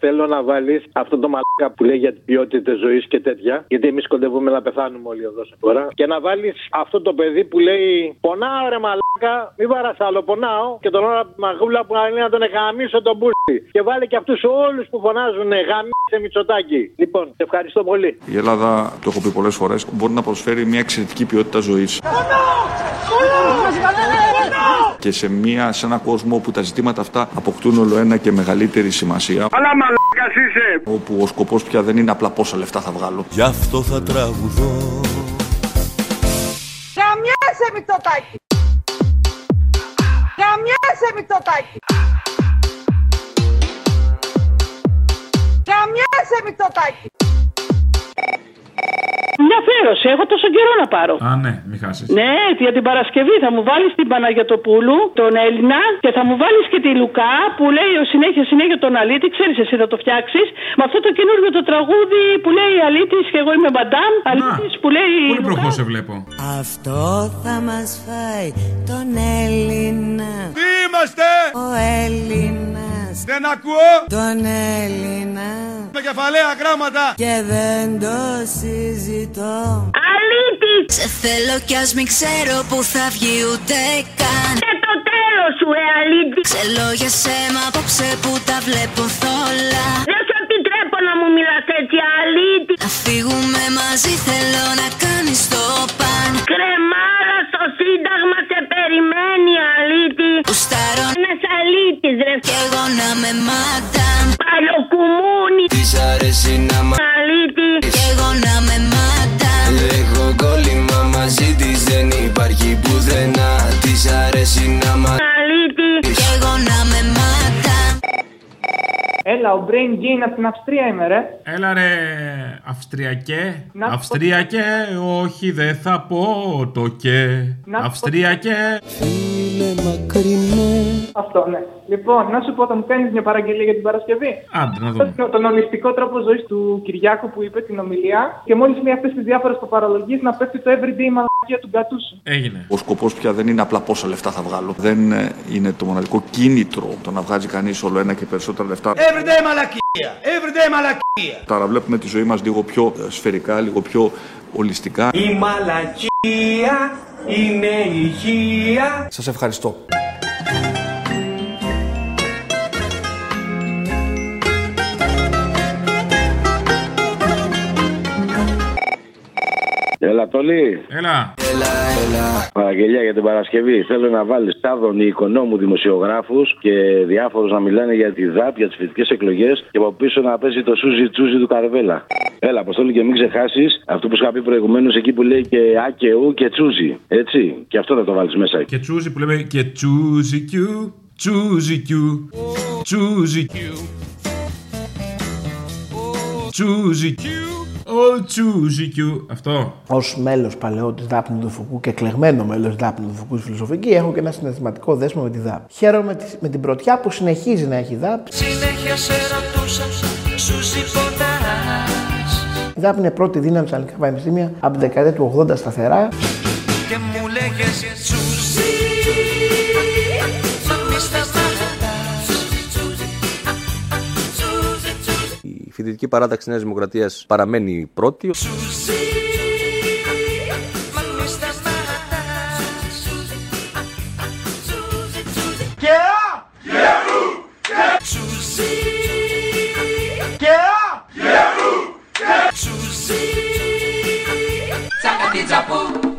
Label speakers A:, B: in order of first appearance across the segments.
A: θέλω να βάλεις αυτό το μαλάκα που λέει για την ποιότητα ζωής και τέτοια. Γιατί εμείς κοντεύουμε να πεθάνουμε όλοι εδώ σε τώρα. Και να βάλεις αυτό το παιδί που λέει Πονάω ρε μαλάκα, μη βαράς άλλο, πονάω. Και τον ώρα μαγούλα που λέει να τον εγαμίσω τον μπούστι. Και βάλει και αυτούς όλους που φωνάζουν γαμίσε Μητσοτάκι. Λοιπόν, σε ευχαριστώ πολύ.
B: Η Ελλάδα, το έχω πει πολλές φορές, μπορεί να προσφέρει μια εξαιρετική ποιότητα ζωής. Και σε, μια, σε ένα κόσμο όπου τα ζητήματα αυτά αποκτούν όλο ένα και μεγαλύτερη σημασία.
C: Αλλά μαλάκας είσαι!
B: Όπου ο σκοπός πια δεν είναι απλά πόσα λεφτά θα βγάλω.
D: Γι' αυτό θα τραγουδώ.
E: Γαμιάσαι Μητσοτάκη! Γαμιάσαι Μητσοτάκη! Γαμιάσαι Μητσοτάκη!
F: Μια αφιέρωση, έχω τόσο καιρό να πάρω.
G: Α, ναι, μην χάσει.
H: Ε,
F: Ναι, για την Παρασκευή θα μου βάλεις την Παναγιοτοπούλου, τον Έλληνα, και θα μου βάλεις και τη Λουκά που λέει ο συνέχεια συνέχεια τον Αλίτη. Ξέρεις, εσύ θα το φτιάξεις. Με αυτό το καινούργιο το τραγούδι που λέει Αλίτη και εγώ είμαι μπαντάμ. Αλίτη που λέει.
H: ε,
G: Πολύ προχώς σε βλέπω.
I: Αυτό θα μας φάει τον Έλληνα.
J: Τι είμαστε!
I: Ο Έλληνα.
J: Δεν ακούω!
I: Τον Έλληνα.
J: Με κεφαλαία γράμματα!
I: Και δεν το συζητώ.
K: Αλήτης!
I: Σε θέλω κι ας μην ξέρω που θα βγει ούτε καν.
K: Και το τέλος σου, ε, αλήτη!
I: Σε λόγια σέμα απόψε που τα βλέπω θόλα.
K: Δεν σου επιτρέπω να μου μιλάς έτσι, αλήτη!
I: Να φύγουμε μαζί, θέλω να κάνεις το παν.
K: Κρεμάρα στο σύνταγμα σε περιμένει, αλήτη!
I: Πουστάρω
K: ένας αλήτης, ρε!
I: Κι εγώ να με μαντάμ.
K: Παλιοκουμούνι!
L: Της αρέσει να μα...
K: Αλήτη!
I: Κι εγώ να με μαντάμ.
L: Έχω κόλλημα μαζί της δεν υπάρχει πουθενά Της αρέσει να μα...
K: Αλήτη!
I: Κι εγώ να με μαντάμ.
H: Έλα, ο Brain Gain από την Αυστρία είμαι, ρε.
G: Έλα ρε, Αυστριακέ.
H: Να-
G: Αυστριακέ, όχι δεν θα πω το και.
H: Να-
G: Αυστριακέ.
D: Φίλε μακρινέ.
H: Αυτό, ναι. Λοιπόν, να σου πω, θα μου κάνεις μια παραγγελία για την Παρασκευή.
G: Άντε να δούμε.
H: Τον- Τον ολιστικό τρόπο ζωής του Κυριάκου που είπε την ομιλία και μόλις λέει αυτές τις διάφορες παπαρολογίες να πέφτει το everyday μαλακία του γκατού σου.
G: Έγινε.
B: Ο σκοπός πια δεν είναι απλά πόσα λεφτά θα βγάλω. Δεν ε, είναι το μοναδικό κίνητρο το να βγάζει κανείς όλο ένα και περισσότερα λεφτά.
J: Ε,
C: Everyday μαλακία! Everyday μαλακία!
B: Τώρα βλέπουμε τη ζωή μας λίγο πιο ε, σφαιρικά, λίγο πιο ολιστικά.
C: Η μαλακία είναι υγεία.
B: Σας ευχαριστώ.
M: Έλα, Τολί.
G: Έλα.
L: Έλα, έλα,
M: Παραγγελία για την Παρασκευή. Θέλω να βάλεις τάδων οι οικονόμου δημοσιογράφους και διάφορους να μιλάνε για τη ΔΑΠ, για τις φοιτητικές εκλογές και από πίσω να παίζει το σούζι τσούζι του Καρβέλα. Έλα, Αποστόλη, και μην ξεχάσεις αυτό που σου είχα πει προηγουμένως εκεί που λέει και Α και Ου και Τσούζι. Έτσι. Και αυτό θα το βάλεις μέσα.
G: Και τσούζι που λέμε και τσούζι κιού. Τσούζι κιού. Τσούζι κιού. Τσούζι κιού. All τσούζι κιού. Αυτό.
N: Ως μέλος παλαιό τη Δάπνου του Φουκού και εκλεγμένο μέλος τη Δάπνου του Φουκούς στη φιλοσοφική, έχω και ένα συναισθηματικό δέσμο με τη ΔΑΠ. Χαίρομαι τη- με την πρωτιά που συνεχίζει να έχει η ΔΑΠ.
O: Συνέχεια σε ρωτούσα, σου ζυποτάς
N: Η ΔΑΠ είναι πρώτη δύναμη στα ελληνικά πανεπιστήμια από την δεκαετία του 80 σταθερά.
O: και μου λέγες τσουζί. Μα μη σταματάς.
P: Η φοιτητική παράταξη Νέας Δημοκρατίας παραμένει πρώτη.
O: Τσουζί, μα μη σταματάς.
C: Και α!
O: Τσουζί,
C: Και α!
O: τσουζί. Τσάκα την τσαπού.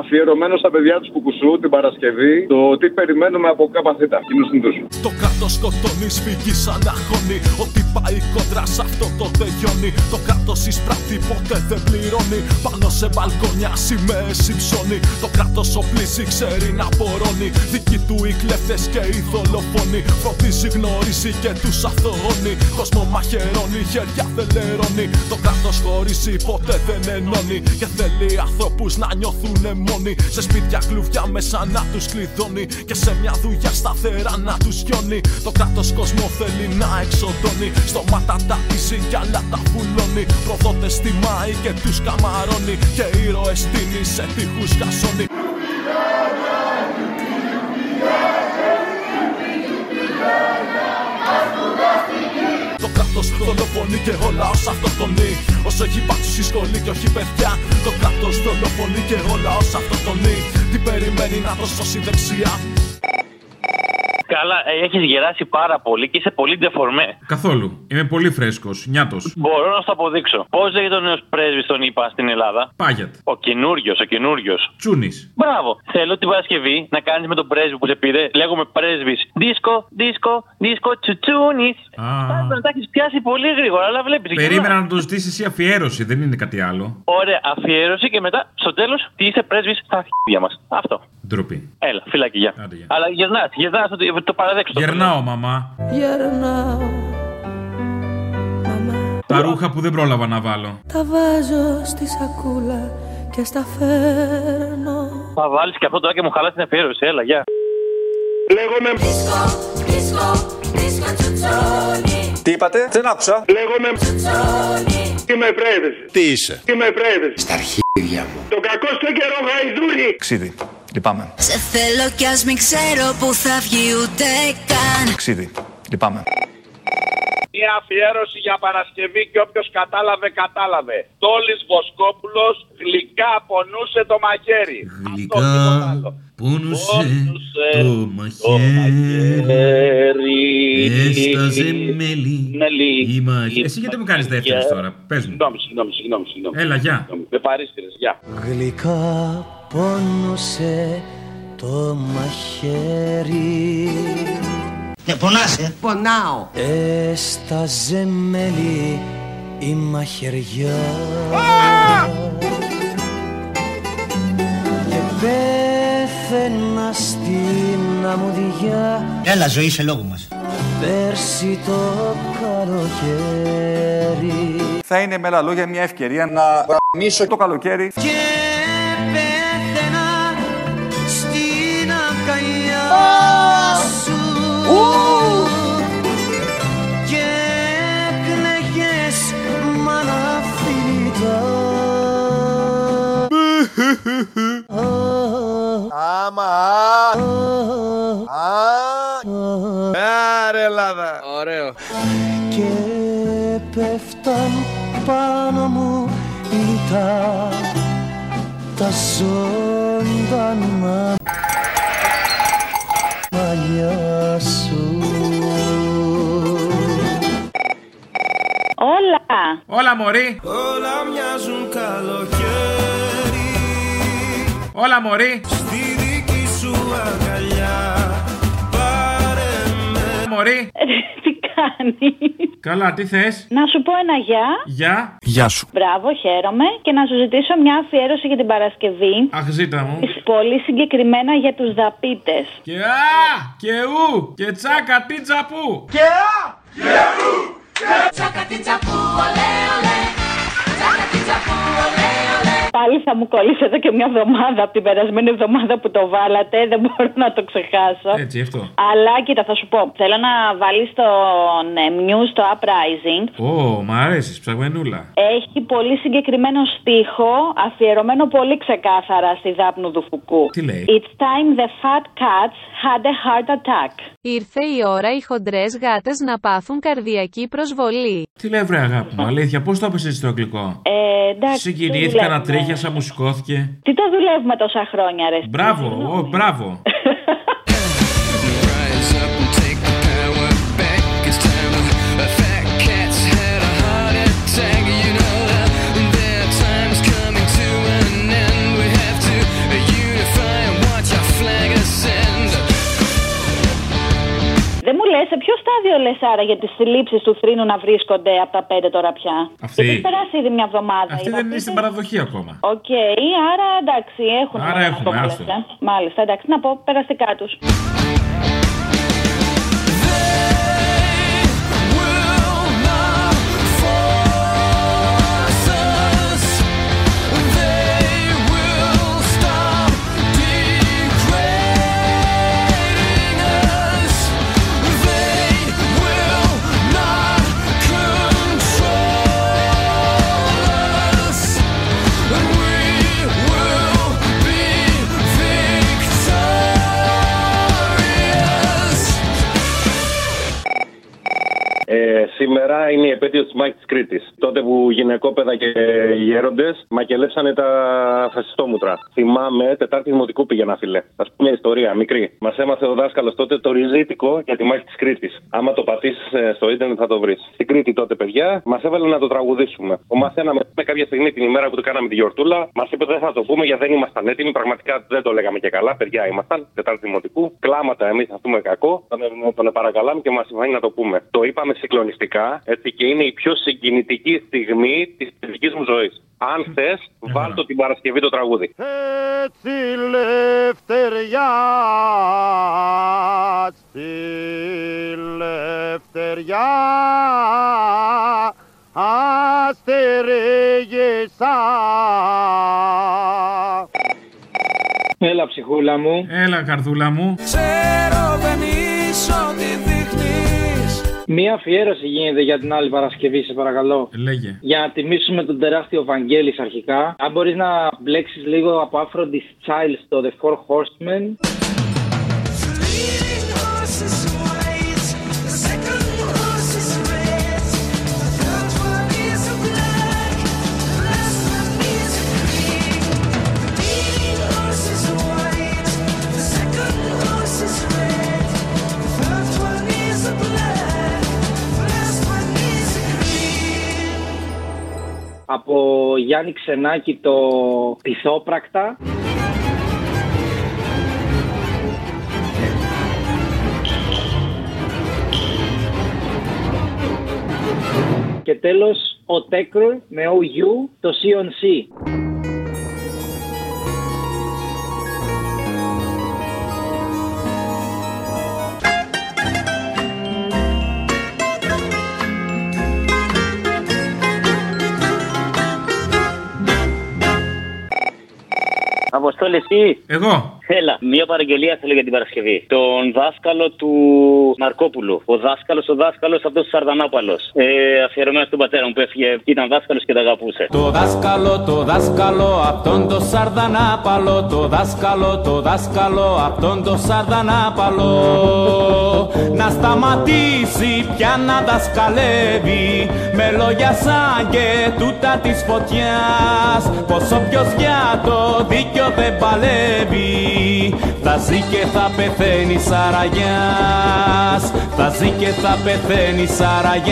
Q: αφιερωμένο στα παιδιά τους Κουκουσού την Παρασκευή το τι περιμένουμε από ΚΑΠΑ θήτα, κοινού συνήθου.
D: Το κάτω στο τόνι σφυγή αναχώνει. Ότι πάει κοντρά σε αυτό το τελειώνει. Το κάτω εισπράττει, ποτέ δεν πληρώνει. Πάνω σε μπαλκόνια σημαίες υψώνει. Το κράτος οπλίζει, ξέρει να πορώνει. Δικοί του οι κλέφτες και οι δολοφόνοι. Φροντίζει, γνωρίζει και τους αθωώνει. Κόσμο μαχαιρώνει, χέρια δεν λερώνει. Το κράτος χωρίζει, ποτέ δεν ενώνει. Και θέλει ανθρώπους να νιώθουνε μόνοι. Σε σπίτια κλουβιά μέσα να τους κλειδώνει. Και σε μια δουλειά σταθερά να τους γιώνει. Το κράτος κόσμο θέλει να εξοντώνει. Στόματα τα πίζει κι άλλα τα βουλώνει. Προδότε τιμάει και τους καμαρώνει. Και ήρωε τίνει σε τείχους γασώνει. δολοφονεί και ο λαό αυτοκτονεί. Όσο έχει υπάρξει στη σχολή και όχι παιδιά, το κράτος δολοφονεί και ο λαό αυτοκτονεί. Τι περιμένει να το σώσει η δεξιά.
R: Καλά, έχεις γεράσει πάρα πολύ και είσαι πολύ ντεφορμέ.
G: Καθόλου. Είμαι πολύ φρέσκος. Νιάτος.
R: Μπορώ να σου το αποδείξω. Πώς λέγεται ο νέος πρέσβης των ΗΠΑ στην Ελλάδα,
G: Πάγιατ.
R: Ο καινούριος, ο καινούριος.
G: Τσούνης.
H: Ε,
R: Μπράβο. Θέλω την Παρασκευή να κάνεις με τον πρέσβη που σε πήρε. Λέγουμε πρέσβης. Δίσκο, δίσκο, δίσκο, τσουτσούνης. Πάντα να τα έχεις πιάσει πολύ γρήγορα, αλλά βλέπεις.
G: Περίμενα να το ζητήσεις εσύ αφιέρωση, δεν είναι κάτι άλλο.
R: Ωραία, αφιέρωση και μετά στο τέλος τι είσαι πρέσβης στα χέρια μας. Αυτό.
G: Ντροπή.
R: Έλα, φυλάκι, γεια. Αλλά γερνάς, γερνάς, το, το παραδέξω. το
G: Γερνάω, μαμά.
O: Γερνάω,
G: Τα ρούχα που δεν πρόλαβα να βάλω.
O: τα βάζω στη σακούλα και στα φέρνω.
R: Θα βάλεις και αυτό τώρα και μου χαλάς την αφιέρωση. Έλα, γεια.
O: Λέγομαι Δίσκο, δίσκο, δίσκο τσουτσούνι
S: Τι είπατε, δεν άκουσα.
O: Λέγομαι Τσουτσούνι
S: Είμαι πρέσβη. Τι είσαι.
O: Είμαι πρέσβης
S: Στα αρχίδια μου.
O: Το κακό στο καιρό γαϊδούρι
B: Ξίδι. Λυπάμαι.
I: Σε Ε, θέλω κι ας μην ξέρω που θα βγει ούτε καν
B: Ξίδι. Λυπάμαι.
T: Μία αφιέρωση για Παρασκευή και όποιος κατάλαβε, κατάλαβε. Τόλης Βοσκόπουλος γλυκά πονούσε το μαχαίρι.
G: Γλυκά πόνουσε το μαχαίρι. Έσταζε μέλι. η μάχη. Εσύ γιατί μου κάνεις δεύτερος τώρα. Πες μου.
T: Συγγνώμη, συγγνώμη, συγγνώμη. συγγνώμη.
G: Έλα, γεια.
T: Συγγνώμη. Με παρήστηρε, γεια.
U: Γλυκά πόνουσε το μαχαίρι
V: Ε,
U: Ναι, πονάσαι Πονάω Έσταζε μέλι η μαχαιριά Και πέθαινα στην αμμουδιά
V: Έλα, ζωή σε λόγο μας.
U: Πέρσι το καλοκαίρι
B: Θα είναι με άλλα λόγια μια ευκαιρία να γαμίσω το καλοκαίρι.
U: πέθαινα στην αγκαλιά σου και έκλαιγες μ' αναφιλητά
J: Άμα. Άρε Ελλάδα. Ωραίο.
U: και πέφταν πάνω μου ήττα τα ζωντανά μαλλιά σου
F: Όλα.
G: Όλα μωρή.
C: Όλα μοιάζουν καλοκαίρι
G: Όλα μωρή.
C: Στη δική σου αγκαλιά Πάρε με
G: Μωρή.
F: Τι κάνεις.
G: Καλά, τι θες.
F: Να σου πω ένα γεια.
G: Γεια. Γεια σου.
F: Μπράβο, χαίρομαι. Και να σου ζητήσω μια αφιέρωση για την Παρασκευή.
G: Αχ, ζήτα μου.
F: Πολύ συγκεκριμένα για τους δαπίτες.
G: Και α, και ου, και τσάκα, τι τσαπού. Και α,
O: Τσάκα τι τσαπού, ολέ ολέ Τσάκα τι τσαπού, ολέ ολέ
F: Πάλι θα μου κολλήσει εδώ και μια εβδομάδα από την περασμένη εβδομάδα που το βάλατε. Δεν μπορώ να το ξεχάσω.
G: Έτσι, αυτό.
F: Αλλά κοίτα, θα σου πω. Θέλω να βάλεις τον ε, Muse στο Uprising.
G: Ω, μ' αρέσεις, ψαγμενούλα.
F: Έχει πολύ συγκεκριμένο στίχο, αφιερωμένο πολύ ξεκάθαρα στη δάπνου του Φουκού.
G: Τι λέει?
F: It's time the fat cats had a heart attack.
W: Ήρθε η ώρα οι χοντρές γάτες να πάθουν καρδιακή προσβολή.
G: Τι λέει, βρε αγάπη μου, αλήθεια, πώς το έπεσε στο αγγλικό.
F: Ε, εντάξει.
G: Συγκινήθηκα να
F: δουλεύουμε.
G: τρίχιασα, μου σηκώθηκε.
F: Τι τα δουλεύουμε τόσα χρόνια, ρε.
G: Μπράβο, ω, μπράβο.
O: Rise up and take the power back It's time the fat cats had a heart attack You know that their time's coming to an end We have to unify and watch our flag ascend
F: Δεν μου λες, σε ποιο στάδιο λες άρα για τις συλλήψει του θρήνου να βρίσκονται από τα πέντε τώρα πια.
G: Αυτή.
F: Γιατί έχει περάσει ήδη μια εβδομάδα.
G: Αυτή
F: οι
G: δεν είναι
F: δαπίτες.
G: στην παραδοχή ακόμα.
F: Οκ, άρα εντάξει, έχουν.
G: Άρα
F: ένα
G: έχουμε,
F: αυτό που
G: άστο.
F: λες, ε. Μάλιστα, εντάξει, να πω περαστικά τους.
O: Victorious!
A: σήμερα είναι η επέτειος της Μάχη της Κρήτης. Τότε που γυναικόπαιδα και γέροντες μακελέψανε τα φασιστόμουτρα. Θυμάμαι, Τετάρτη Δημοτικού πήγαινα, φιλέ. Ας πούμε μια ιστορία, μικρή. Μας έμαθε ο δάσκαλος τότε το ριζίτικο για τη μάχη της Κρήτης. Άμα το πατήσεις ε, στο ίντερνετ θα το βρεις. Στην Κρήτη τότε, παιδιά, μας έβαλε να το τραγουδήσουμε. Ο μαθαίναμε με κάποια στιγμή την ημέρα που το κάναμε τη γιορτούλα. Μας είπε δεν θα το πούμε γιατί δεν ήμασταν έτοιμοι. Πραγματικά δεν το λέγαμε και καλά. Παιδιά ήμασταν, Τετάρτη Δημοτικού. Κλάματα εμείς θα πούμε κακό. Τον, ε, τον παρακαλάμε και μας συμφανεί να το πούμε. Το είπαμε συγκλονιστικά έτσι, και είναι η πιο συγκινητική στιγμή της παιδική μου ζωής. Αν θε, βάλτο την Παρασκευή το τραγούδι.
E: Έτσι λευτεριά, στη λευτεριά αστερίγησα.
V: Έλα ψυχούλα μου.
G: Έλα καρδούλα μου.
E: Ξέρω δεν είσαι ό,τι δείχνεις.
V: Μία αφιέρωση γίνεται για την άλλη Παρασκευή, σε παρακαλώ.
G: Λέγε.
V: Για να τιμήσουμε τον τεράστιο Βαγγέλης αρχικά. Αν μπορείς να μπλέξεις λίγο από Aphrodite Child στο The Four Horsemen.
E: Leading horse is white, the second horse is red, the third one is a black, the last one is a green. The leading horse is white, the second horse is red, the third one is a black, the last one is a green.
V: Από Γιάννη Ξενάκη το Πυθόπρακτα. Και τέλος ο Τέκρου με OU το C.
X: Αποστόλη, εσύ.
G: Εγώ.
X: Έλα, μία παραγγελία θέλω για την Παρασκευή. Τον δάσκαλο του Μαρκόπουλου. Ο δάσκαλος, ο δάσκαλος αυτός του Σαρδανάπαλο. Ε, αφιερωμένος στον πατέρα μου που έφυγε, ήταν δάσκαλος και τα αγαπούσε.
Y: Το δάσκαλο, το δάσκαλο, αυτόν το σαρδανάπαλο. Το δάσκαλο, το δάσκαλο, αυτόν το σαρδανάπαλο. Να σταματήσει πια να δασκαλεύει με λόγια σαν και τούτα της φωτιάς. Πόσο ποιο για το δίκιο δεν παλεύει. Θα ζει και θα πεθαίνει σαραγιάς Θα ζει και θα πεθαίνει σαραγιάς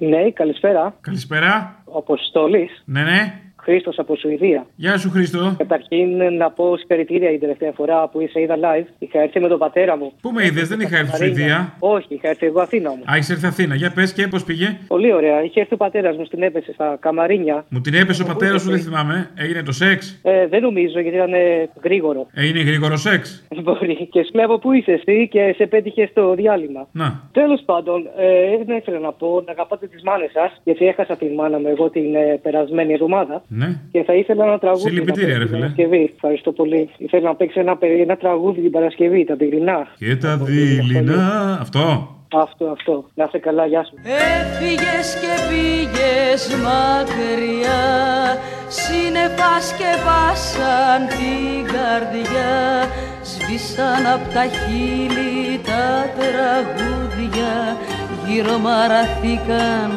Z: Ναι, καλησπέρα.
G: Καλησπέρα.
Z: Ο Αποστόλης.
G: Ναι, ναι.
Z: Χρήστος από Σουηδία.
G: Γεια σου, Χρήστο.
Z: Καταρχήν να πω συγχαρητήρια την τελευταία φορά που είσαι είδα live. Είχα έρθει με τον πατέρα μου.
G: Πού με είδες, δεν είχα έρθει στη
Z: Μαρίνα.
G: Σουηδία.
Z: Όχι, είχα έρθει εγώ Αθήνα όμως.
G: Α, έχεις έρθει Αθήνα. Για πες και πώς πήγε.
Z: Πολύ ωραία. Είχε έρθει ο πατέρας μου στην έπεσε στα Καμαρίνια.
G: Μου την έπεσε ο πατέρα σου, δεν θυμάμαι. Έγινε το σεξ.
Z: Ε, δεν νομίζω γιατί ήταν ε, γρήγορο.
G: Έγινε γρήγορο σεξ.
Z: Μπορεί. Και σου λέω πού είσαι εσύ και σε πέτυχε στο διάλειμμα.
G: Να.
Z: Τέλος πάντων, ε, δεν ήθελα να πω να αγαπάτε τις μάνες σας, γιατί έχασα τη μάνα μου εγώ την ε, περασμένη εβδομάδα.
G: Ναι.
Z: Και θα ήθελα ένα τραγούδι.
G: Συλληπιτήρια,
Z: να
G: ρε
Z: παίξει την
G: φίλε.
Z: Παρασκευή. Ευχαριστώ πολύ. Ήθελα να παίξει ένα, περι- ένα τραγούδι την Παρασκευή, τα πυρηνά.
G: Και τα δειλινά. Αυτό.
Z: Αυτό, αυτό. Να είσαι καλά, γεια σου.
E: Έφυγες και πήγες μακριά Σύννεφας σκεπάσαν την καρδιά Σβήσαν απ' τα χείλη τα τραγούδια Γύρω μαραθήκαν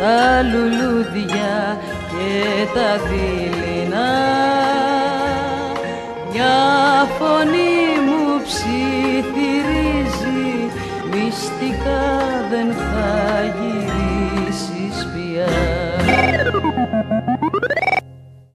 E: τα λουλούδια Και τα δειλινά Μια φωνή μου ψιθυρίζει Μυστικά δεν θα γυρίσεις πια